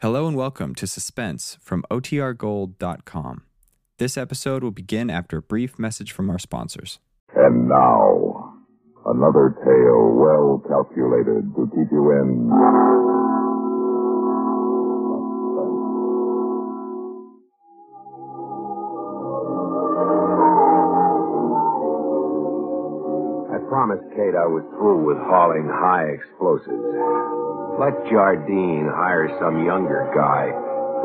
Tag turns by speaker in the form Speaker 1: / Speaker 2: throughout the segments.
Speaker 1: Hello and welcome to Suspense from OTRGold.com. This episode will begin after a brief message from our sponsors.
Speaker 2: And now, another tale well calculated to keep you in.
Speaker 3: I promised Kate I was through with hauling high explosives. Let Jardine hire some younger guy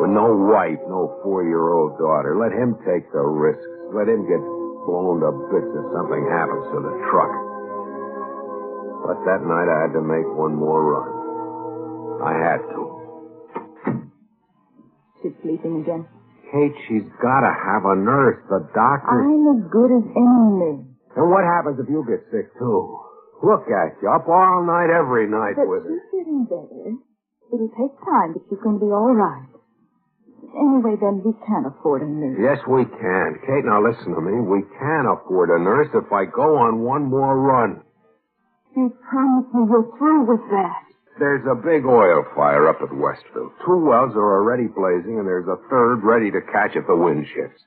Speaker 3: with no wife, no four-year-old daughter. Let him take the risks. Let him get blown to bits if something happens to the truck. But that night I had to make one more run. I had to.
Speaker 4: She's sleeping again.
Speaker 3: Kate, she's gotta have a nurse, the doctor.
Speaker 4: I'm as good as any nurse.
Speaker 3: And what happens if you get sick too? Look at you, up all night every night
Speaker 4: But
Speaker 3: with her.
Speaker 4: she's getting better. It'll take time, but she's going to be all right. Anyway, then, we can't afford a nurse.
Speaker 3: Yes, we can. Kate, now listen to me. We can afford a nurse if I go on one more run.
Speaker 4: You promise me you're through with that.
Speaker 3: There's a big oil fire up at Westville. Two wells are already blazing, and there's a third ready to catch if the wind shifts.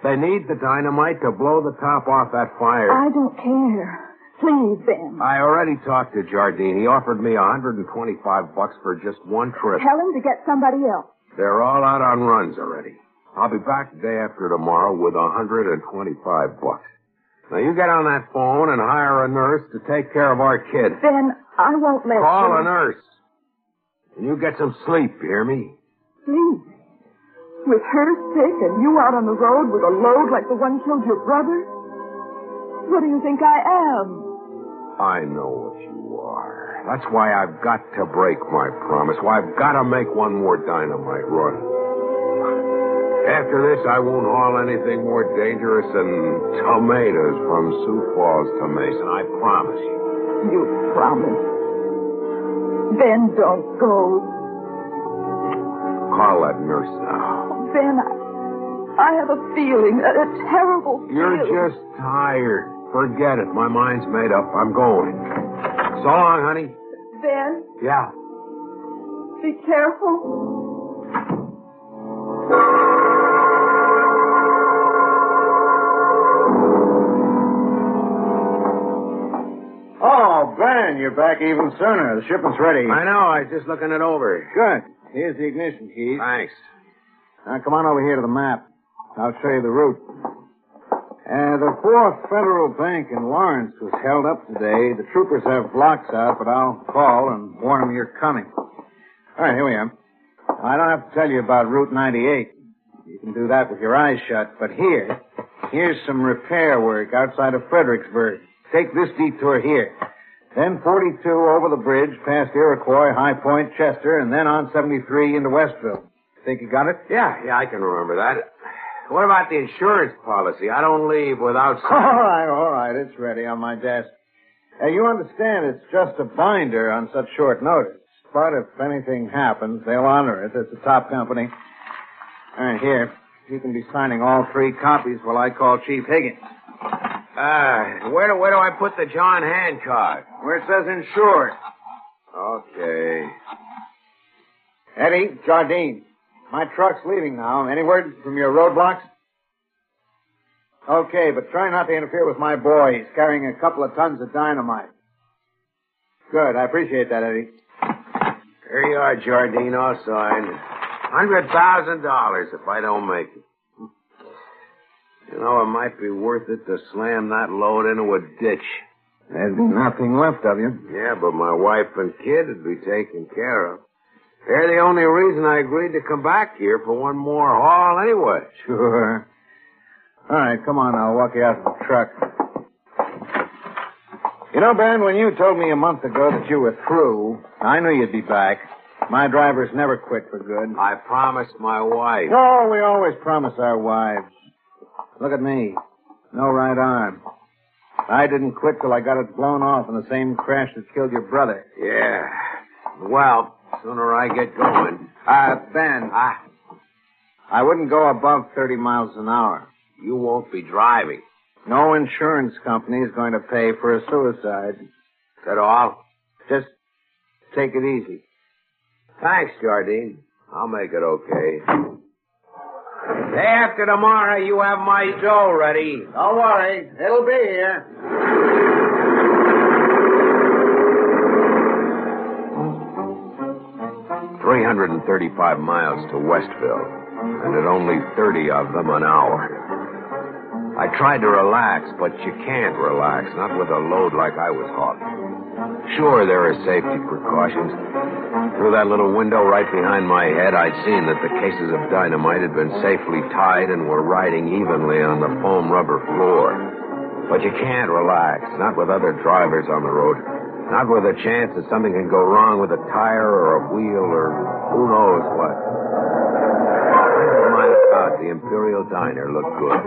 Speaker 3: They need the dynamite to blow the top off that fire.
Speaker 4: I don't care. Please, Ben.
Speaker 3: I already talked to Jardine. He offered me 125 bucks for just one trip.
Speaker 4: Tell him to get somebody else.
Speaker 3: They're all out on runs already. I'll be back the day after tomorrow with 125 bucks. Now you get on that phone and hire a nurse to take care of our kid.
Speaker 4: Ben, I won't let
Speaker 3: Call
Speaker 4: you.
Speaker 3: a nurse. And you get some sleep, you hear me?
Speaker 4: Please. With her sick and you out on the road with a load like the one killed your brother? What do you think I am?
Speaker 3: I know what you are. That's why I've got to break my promise. Why I've got to make one more dynamite run. After this, I won't haul anything more dangerous than tomatoes from Sioux Falls to Mason. I promise you.
Speaker 4: You promise. Ben, don't go.
Speaker 3: Call that nurse now.
Speaker 4: Ben, I, I have a feeling, a, a terrible
Speaker 3: You're
Speaker 4: feeling.
Speaker 3: just tired. Forget it. My mind's made up. I'm going. So long, honey.
Speaker 4: Ben,
Speaker 3: Yeah.
Speaker 4: be careful.
Speaker 5: Oh, Ben, you're back even sooner. The shipment's ready.
Speaker 3: I know. I was just looking it over.
Speaker 5: Good. Here's the ignition keys.
Speaker 3: Thanks.
Speaker 5: Now, come on over here to the map. I'll show you the route. Uh, the Fourth Federal Bank in Lawrence was held up today. The troopers have blocks out, but I'll call and warn them you're coming. All right, here we are. I don't have to tell you about Route 98. You can do that with your eyes shut. But here, here's some repair work outside of Fredericksburg. Take this detour here. Then 42 over the bridge, past Iroquois, High Point, Chester, and then on 73 into Westville. Think you got it?
Speaker 3: Yeah, yeah, I can remember that. What about the insurance policy? I don't leave without.
Speaker 5: All right, all right. It's ready on my desk. Uh, you understand it's just a binder on such short notice. But if anything happens, they'll honor it. It's a top company. All right, here. You can be signing all three copies while I call Chief Higgins.
Speaker 3: Uh, where, do- where do I put the John Hancock?
Speaker 5: Where it says insured.
Speaker 3: Okay.
Speaker 5: Eddie, Jardine. My truck's leaving now. Any word from your roadblocks? Okay, but try not to interfere with my boy. He's carrying a couple of tons of dynamite. Good. I appreciate that, Eddie.
Speaker 3: Here you are, Jardine. All signed. Hundred thousand dollars if I don't make it. You know, it might be worth it to slam that load into a ditch.
Speaker 5: There's nothing left of you.
Speaker 3: Yeah, but my wife and kid would be taken care of. They're the only reason I agreed to come back here for one more haul anyway.
Speaker 5: Sure. All right, come on. I'll walk you out to the truck. You know, Ben, when you told me a month ago that you were through, I knew you'd be back. My drivers never quit for good.
Speaker 3: I promised my wife.
Speaker 5: No, we always promise our wives. Look at me. No right arm. I didn't quit till I got it blown off in the same crash that killed your brother.
Speaker 3: Yeah. Well, sooner I get going.
Speaker 5: Uh, Ben, I,
Speaker 3: Ah,
Speaker 5: I wouldn't go above 30 miles an hour.
Speaker 3: you won't be driving.
Speaker 5: No insurance company is going to pay for a suicide.
Speaker 3: Is that all?
Speaker 5: Just take it easy.
Speaker 3: Thanks, Jardine. I'll make it okay. Day after tomorrow, you have my dough ready.
Speaker 5: Don't worry. It'll be here.
Speaker 3: Three hundred and thirty-five miles to Westville, and at only thirty of them an hour. I tried to relax, but you can't relax, not with a load like I was hauling. Sure, there are safety precautions. Through that little window right behind my head, I'd seen that the cases of dynamite had been safely tied and were riding evenly on the foam rubber floor. But you can't relax, not with other drivers on the road, not with a chance that something can go wrong with a tire or a wheel or who knows what. My God, the Imperial Diner looked good.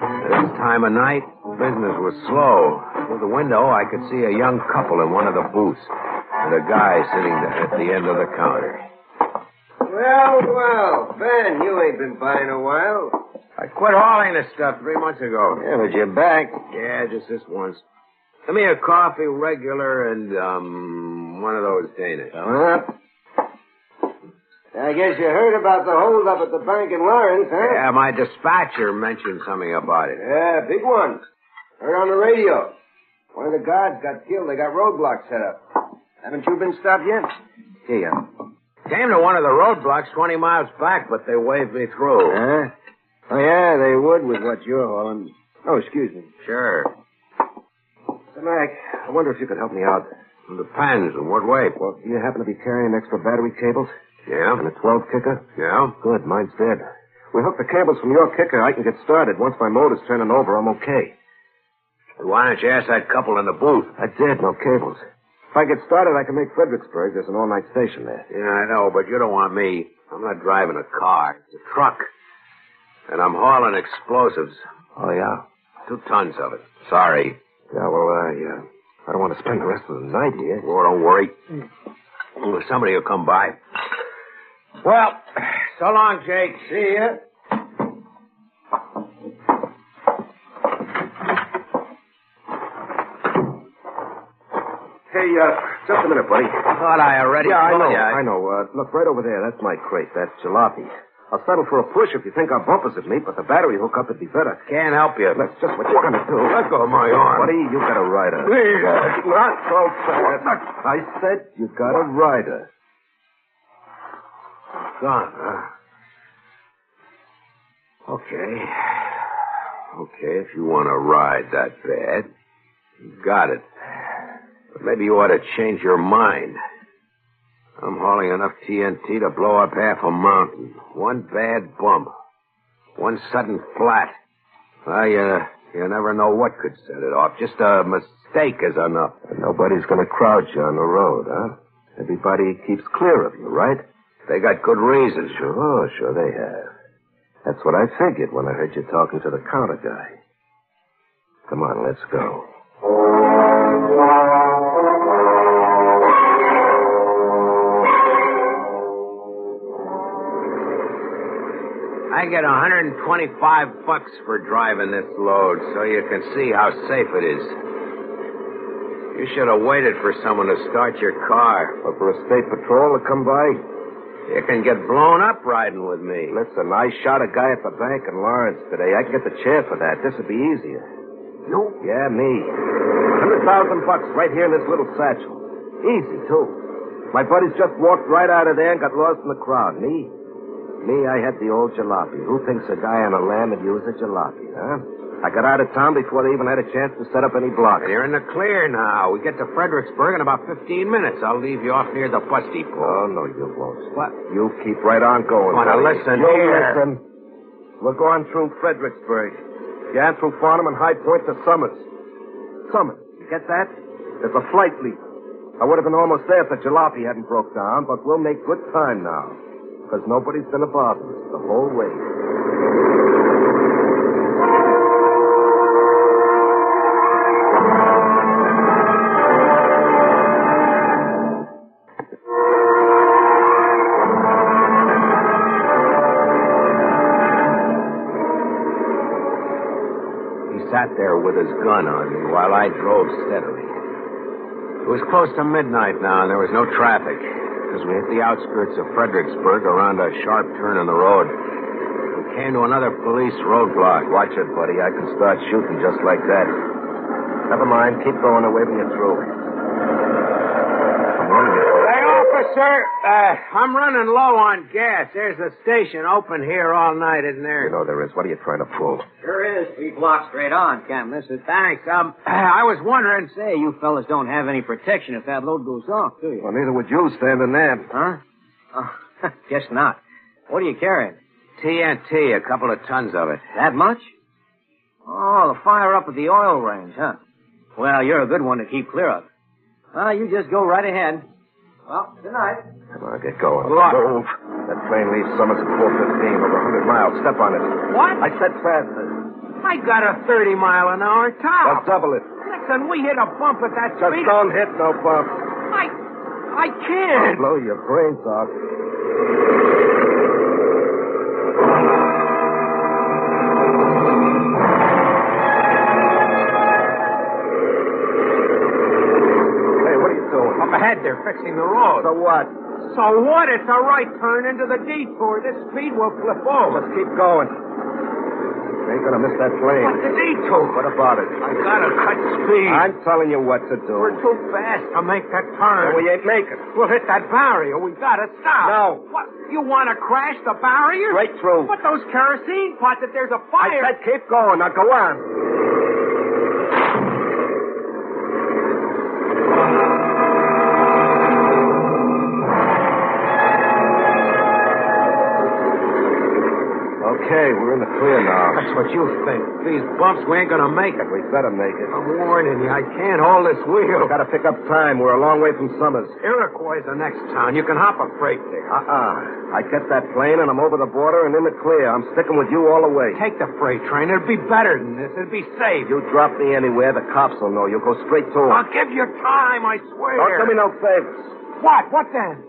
Speaker 3: At this time of night, business was slow. Through the window, I could see a young couple in one of the booths and a guy sitting at the end of the counter.
Speaker 5: Well, well. Ben, you ain't been buying a while.
Speaker 3: I quit hauling this stuff three months ago.
Speaker 5: Yeah, but you're back.
Speaker 3: Yeah, just this once. Give me a coffee, regular, and um, one of those Danish.
Speaker 5: Coming up. I guess you heard about the holdup at the bank in Lawrence, huh?
Speaker 3: Yeah, my dispatcher mentioned something about it.
Speaker 5: Yeah, big one. Heard on the radio. One of the guards got killed. They got roadblocks set up. Haven't you been stopped yet?
Speaker 3: See ya. Came to one of the roadblocks 20 miles back, but they waved me through.
Speaker 5: Huh? Oh, yeah, they would with what you're hauling. Oh, excuse me.
Speaker 3: Sure.
Speaker 5: Hey, Mac, I wonder if you could help me out.
Speaker 3: Depends in what way.
Speaker 5: Well, do you happen to be carrying extra battery cables? And
Speaker 3: Yeah?
Speaker 5: a 12 kicker?
Speaker 3: Yeah?
Speaker 5: Good, mine's dead. We hooked the cables from your kicker. I can get started. Once my motor's turning over, I'm okay.
Speaker 3: Why don't you ask that couple in the booth?
Speaker 5: I did, no cables. If I get started, I can make Fredericksburg. There's an all-night station there.
Speaker 3: Yeah, I know, but you don't want me. I'm not driving a car. It's a truck. And I'm hauling explosives.
Speaker 5: Oh, yeah?
Speaker 3: Two tons of it. Sorry.
Speaker 5: Yeah, well, I, uh, I don't want to spend the rest of the night here.
Speaker 3: Oh, don't worry. Oh, Somebody will come by. Well, so long, Jake. See ya.
Speaker 5: Hey, uh, just a minute, buddy.
Speaker 3: Thought I already
Speaker 5: yeah, I
Speaker 3: told
Speaker 5: know,
Speaker 3: ya.
Speaker 5: I know. Uh, look, right over there, that's my crate. That's jalopy. I'll settle for a push if you think our bumpers would meet, but the battery hookup would be better.
Speaker 3: Can't help you.
Speaker 5: That's just what you're going to do.
Speaker 3: Let go of my arm.
Speaker 5: Buddy, you got a rider.
Speaker 3: Please.
Speaker 5: Not so fast. I said you got a rider.
Speaker 3: Gone, huh? Okay. Okay, if you want to ride that bad, you got it. But maybe you ought to change your mind. I'm hauling enough TNT to blow up half a mountain. One bad bump. One sudden flat. Well, you, you never know what could set it off. Just a mistake is enough.
Speaker 5: Nobody's going to crowd you on the road, huh? Everybody keeps clear of you, right?
Speaker 3: They got good reasons.
Speaker 5: Sure, sure they have. That's what I figured when I heard you talking to the counter guy. Come on, let's go.
Speaker 3: I get 125 bucks for driving this load, so you can see how safe it is. You should have waited for someone to start your car.
Speaker 5: Look for a state patrol to come by?
Speaker 3: You can get blown up riding with me.
Speaker 5: Listen, I shot a guy at the bank in Lawrence today. I can get the chair for that. This would be easier.
Speaker 3: You?
Speaker 5: Yeah, me. Hundred thousand bucks right here in this little satchel. Easy, too. My buddies just walked right out of there and got lost in the crowd. Me? Me, I had the old jalopy. Who thinks a guy on a lamb would use a jalopy, huh? I got out of town before they even had a chance to set up any block.
Speaker 3: You're in the clear now. We get to Fredericksburg in about 15 minutes. I'll leave you off near the bus depot.
Speaker 5: Oh, no, you won't.
Speaker 3: What?
Speaker 5: You keep right on going.
Speaker 3: Oh, Well, now
Speaker 5: buddy.
Speaker 3: listen
Speaker 5: you
Speaker 3: here.
Speaker 5: listen. We're going through Fredericksburg. Yeah, through Farnham and High Point to Summers. Summers. You get that? There's a flight leap. I would have been almost there if the jalopy hadn't broke down, but we'll make good time now. Because nobody's been above us the whole way.
Speaker 3: He sat there with his gun on me while I drove steadily. It was close to midnight now, and there was no traffic. As we hit the outskirts of Fredericksburg around a sharp turn in the road, we came to another police roadblock. Watch it, buddy. I can start shooting just like that. Never mind. Keep going. They're waving you through. I'm running it.
Speaker 5: Hey, officer, uh, I'm running low on gas. There's a station open here all night, isn't
Speaker 3: You
Speaker 5: there?
Speaker 3: know there is. What are you trying to pull?
Speaker 6: Sure is. Three blocks straight on, Cam. This is
Speaker 5: Thanks. Um, I was wondering.
Speaker 6: say you fellas don't have any protection if that load goes off, do you?
Speaker 3: Well, neither would you standing there.
Speaker 6: Huh? Oh, guess not. What are you carrying?
Speaker 3: TNT, a couple of tons of it.
Speaker 6: That much? Oh, the fire up at the oil range, huh? Well, you're a good one to keep clear of. Well, you just go right ahead. Well, good night.
Speaker 3: Come on, get going.
Speaker 6: Look.
Speaker 3: Move. That plane leaves Summits at 415, over 100 miles. Step on it.
Speaker 5: What?
Speaker 3: I said faster.
Speaker 5: I got a 30 mile an hour
Speaker 3: Now
Speaker 5: top.
Speaker 3: double it.
Speaker 5: Ah, Listen, we hit a bump at that
Speaker 3: Just
Speaker 5: speed.
Speaker 3: don't hit no bump.
Speaker 5: I, I
Speaker 3: I'll
Speaker 5: can't.
Speaker 3: blow your brains out. Hey, what are you doing?
Speaker 5: Up ahead, they're fixing the road.
Speaker 3: So what?
Speaker 5: So what? It's a right turn into the detour. This speed will flip over.
Speaker 3: Let's keep going. You ain't gonna miss that plane.
Speaker 5: What's the detour?
Speaker 3: What about it?
Speaker 5: I gotta cut speed.
Speaker 3: I'm telling you what to do.
Speaker 5: We're too fast to make that turn.
Speaker 3: Well, we ain't making.
Speaker 5: We'll hit that barrier. We gotta stop.
Speaker 3: No.
Speaker 5: What? You wanna crash the barrier?
Speaker 3: Right through.
Speaker 5: But those kerosene pots, if there's a
Speaker 3: I
Speaker 5: fire.
Speaker 3: said keep going. Now go on. Okay, we're in the clear now.
Speaker 5: That's what you think. These bumps, we ain't gonna make it.
Speaker 3: We better make it.
Speaker 5: I'm warning you, I can't hold this wheel.
Speaker 3: We gotta pick up time. We're a long way from Summers.
Speaker 5: Iroquois the next town. You can hop a freight there.
Speaker 3: Uh-uh. I get that plane and I'm over the border and in the clear. I'm sticking with you all the way.
Speaker 5: Take the freight train. It'd be better than this. It'd be safe.
Speaker 3: You drop me anywhere, the cops will know. You'll go straight to 'em.
Speaker 5: I'll give you time, I swear.
Speaker 3: Don't do me no favors.
Speaker 5: What? What then?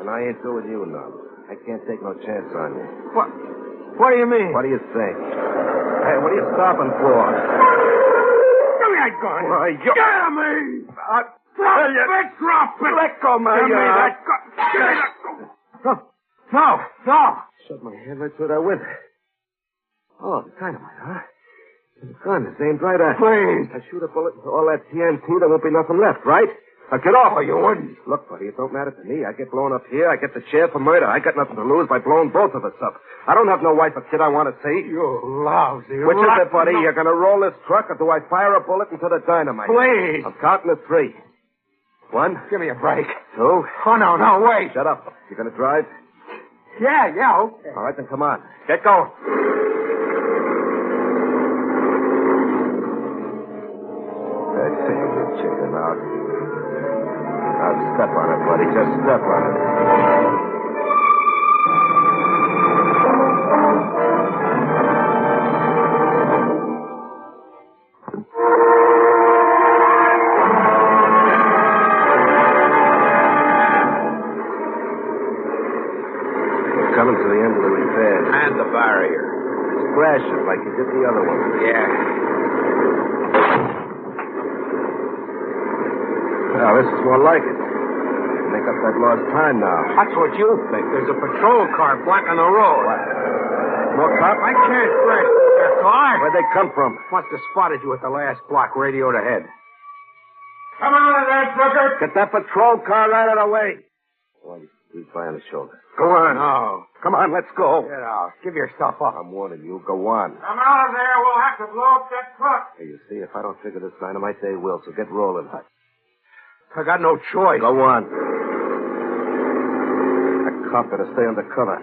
Speaker 3: And I ain't doing you none. I can't take no chance on you.
Speaker 5: What? What do you mean?
Speaker 3: What do you think? Hey, what are you stopping for?
Speaker 5: Give me that gun.
Speaker 3: Why, you-
Speaker 5: Get me.
Speaker 3: I
Speaker 5: Drop it. Drop it. Let go,
Speaker 3: my
Speaker 5: Give me
Speaker 3: arm.
Speaker 5: that gun. Give me that gun. No. No.
Speaker 3: shut my hand right through that window. Oh, the dynamite, huh? The gun is aimed right at.
Speaker 5: Please.
Speaker 3: I shoot a bullet into all that TNT, there won't be nothing left, right? Now get off.
Speaker 5: Oh, you wouldn't.
Speaker 3: Look, buddy, it don't matter to me. I get blown up here. I get the chair for murder. I got nothing to lose by blowing both of us up. I don't have no wife or kid I want to see.
Speaker 5: You lousy.
Speaker 3: Which is
Speaker 5: rotten-
Speaker 3: it, buddy? You're gonna roll this truck, or do I fire a bullet into the dynamite?
Speaker 5: Please.
Speaker 3: I'm counting to three. One,
Speaker 5: Give me a break.
Speaker 3: two.
Speaker 5: Oh, no, no, wait.
Speaker 3: Shut up. You gonna drive?
Speaker 5: Yeah, yeah, okay.
Speaker 3: All right, then come on. Get going. I think you're chicken out. Now step on it, buddy. Just step on it. We're coming to the end of the repairs.
Speaker 5: And the barrier.
Speaker 3: Splash it like you did the other one.
Speaker 5: Yeah.
Speaker 3: Now, this is more like it. Make up that lost time now.
Speaker 5: That's what you think. There's a patrol car blocking the road.
Speaker 3: More cop?
Speaker 5: I can't break. Their car.
Speaker 3: Where'd they come from?
Speaker 5: Must have spotted you at the last block, radioed ahead. Come out of there, Booker!
Speaker 3: Get that patrol car right out of the way. Why, you squeeze by on the shoulder.
Speaker 5: Go on. No.
Speaker 3: Come on, let's go.
Speaker 5: Get out. Give yourself up.
Speaker 3: I'm warning you. Go on.
Speaker 5: Come out of there. We'll have to blow up that truck.
Speaker 3: Hey, you see, if I don't figure this dynamite, they will, so get rolling.
Speaker 5: I got no choice.
Speaker 3: Go on. That cop better stay undercover.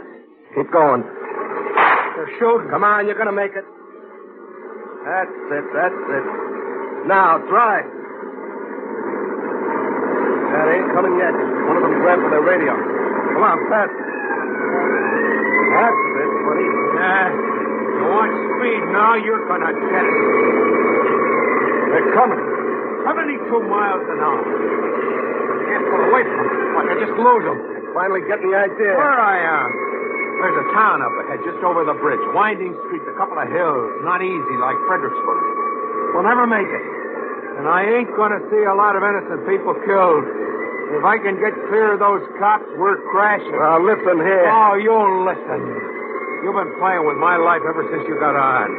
Speaker 3: Keep going.
Speaker 5: They're shooting.
Speaker 3: Come on, you're gonna make it. That's it, that's it. Now, drive. That ain't coming yet. One of them grabbed for their radio. Come on, fast. That's it, buddy.
Speaker 6: Uh,
Speaker 5: Yeah. You want speed now? You're gonna get it.
Speaker 3: They're coming.
Speaker 5: 72 miles an hour. Can't pull away from them. Like I just lose them.
Speaker 3: Finally getting the idea.
Speaker 5: Where I am. There's a town up ahead, just over the bridge. Winding streets, a couple of hills. Not easy like Fredericksburg. We'll never make it. And I ain't gonna see a lot of innocent people killed. If I can get clear of those cops, we're crashing.
Speaker 3: Now, listen here.
Speaker 5: Oh, you'll listen. You've been playing with my life ever since you got on.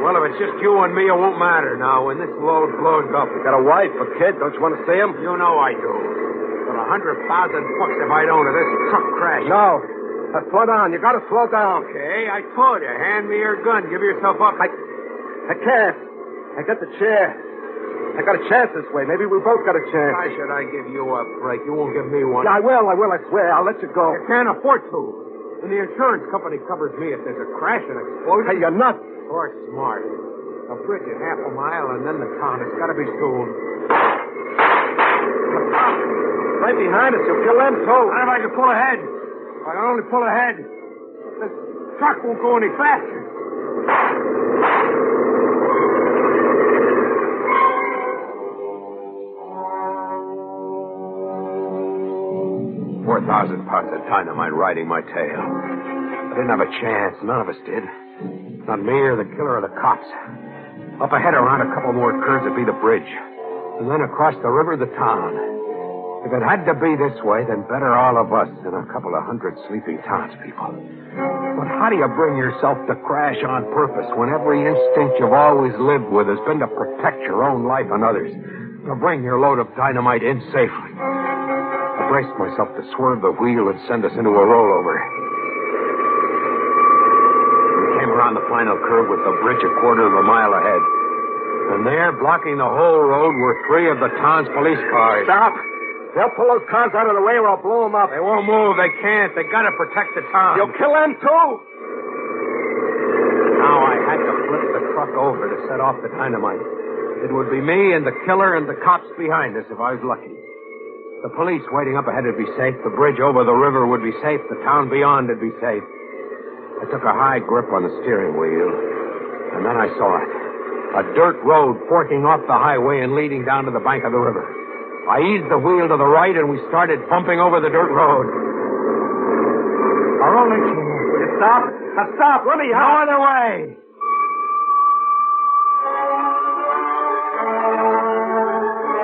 Speaker 5: Well, if it's just you and me, it won't matter now when this load blows up.
Speaker 3: You got a wife, a kid. Don't you want to see him?
Speaker 5: You know I do. But a hundred thousand bucks if I don't, or this truck crash.
Speaker 3: No. Now, slow down. You got to slow down.
Speaker 5: Okay, I told you. Hand me your gun. Give yourself up.
Speaker 3: I, I can't. I got the chair. I got a chance this way. Maybe we both got a chance.
Speaker 5: Why should I give you a break? You won't give me one.
Speaker 3: Yeah, I will. I will. I swear. I'll let you go.
Speaker 5: I can't afford to. And the insurance company covers me if there's a crash, an explosion.
Speaker 3: Hey, you're nuts.
Speaker 5: Or smart. A bridge at half a mile and then the town. It's got to be soon.
Speaker 3: Right behind us. You'll kill them, too.
Speaker 5: Not if I can pull ahead. If I can only pull ahead. This truck won't go any faster.
Speaker 3: Four thousand pounds of dynamite riding my tail. I didn't have a chance. None of us did. Not me or the killer or the cops. Up ahead around a couple more curves would be the bridge. And then across the river, the town. If it had to be this way, then better all of us than a couple of hundred sleeping townspeople. But how do you bring yourself to crash on purpose when every instinct you've always lived with has been to protect your own life and others? To bring your load of dynamite in safely. I braced myself to swerve the wheel and send us into a rollover. We came around the final curve with the bridge a quarter of a mile ahead. And there, blocking the whole road, were three of the town's police cars.
Speaker 5: Stop! They'll pull those cars out of the way or I'll blow them up.
Speaker 3: They won't move. They can't. They gotta protect the town.
Speaker 5: You'll kill them, too!
Speaker 3: Now I had to flip the truck over to set off the dynamite. It would be me and the killer and the cops behind us if I was lucky. The police waiting up ahead would be safe. The bridge over the river would be safe. The town beyond would be safe. I took a high grip on the steering wheel, and then I saw it. A dirt road forking off the highway and leading down to the bank of the river. I eased the wheel to the right, and we started bumping over the dirt road. Our only chance.
Speaker 5: You stop? Now stop. Let me
Speaker 3: No
Speaker 5: out.
Speaker 3: other way.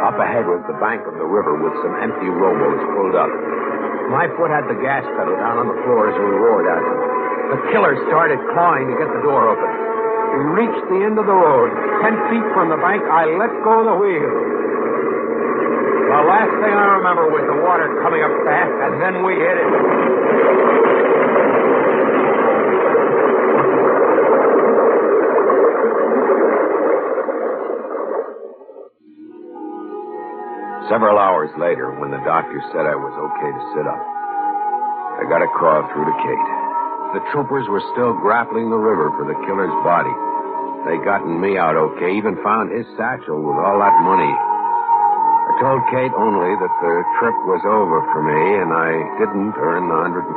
Speaker 3: Up ahead was the bank of the river with some empty rowboats pulled up. My foot had the gas pedal down on the floor as we roared at them. The killer started clawing to get the door open. We reached the end of the road. Ten feet from the bank, I let go of the wheel. The last thing I remember was the water coming up fast, and then we hit it. Several hours later, when the doctor said I was okay to sit up, I got a call through to Kate. The troopers were still grappling the river for the killer's body. They'd gotten me out okay, even found his satchel with all that money. I told Kate only that the trip was over for me and I didn't earn the 125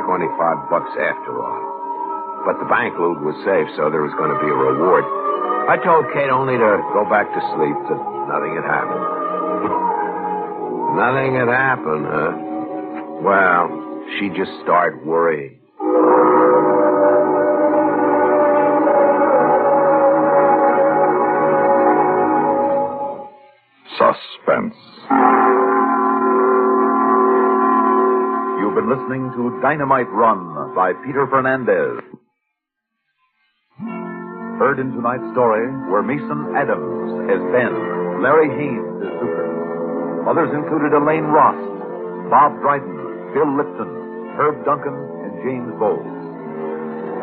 Speaker 3: bucks after all. But the bank loot was safe, so there was going to be a reward. I told Kate only to go back to sleep, that nothing had happened. Nothing had happened, huh? Well, she just started worrying.
Speaker 2: Suspense.
Speaker 7: You've been listening to Dynamite Run by Peter Fernandez. Heard in tonight's story were Mason Adams as Ben, Larry Haynes as Super. Others included Elaine Ross, Bob Dryden, Bill Lipton, Herb Duncan, and James Bowles.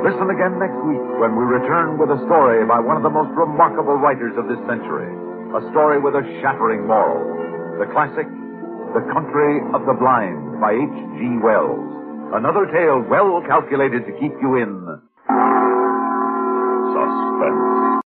Speaker 7: Listen again next week when we return with a story by one of the most remarkable writers of this century. A story with a shattering moral. The classic, The Country of the Blind by H.G. Wells. Another tale well calculated to keep you in suspense.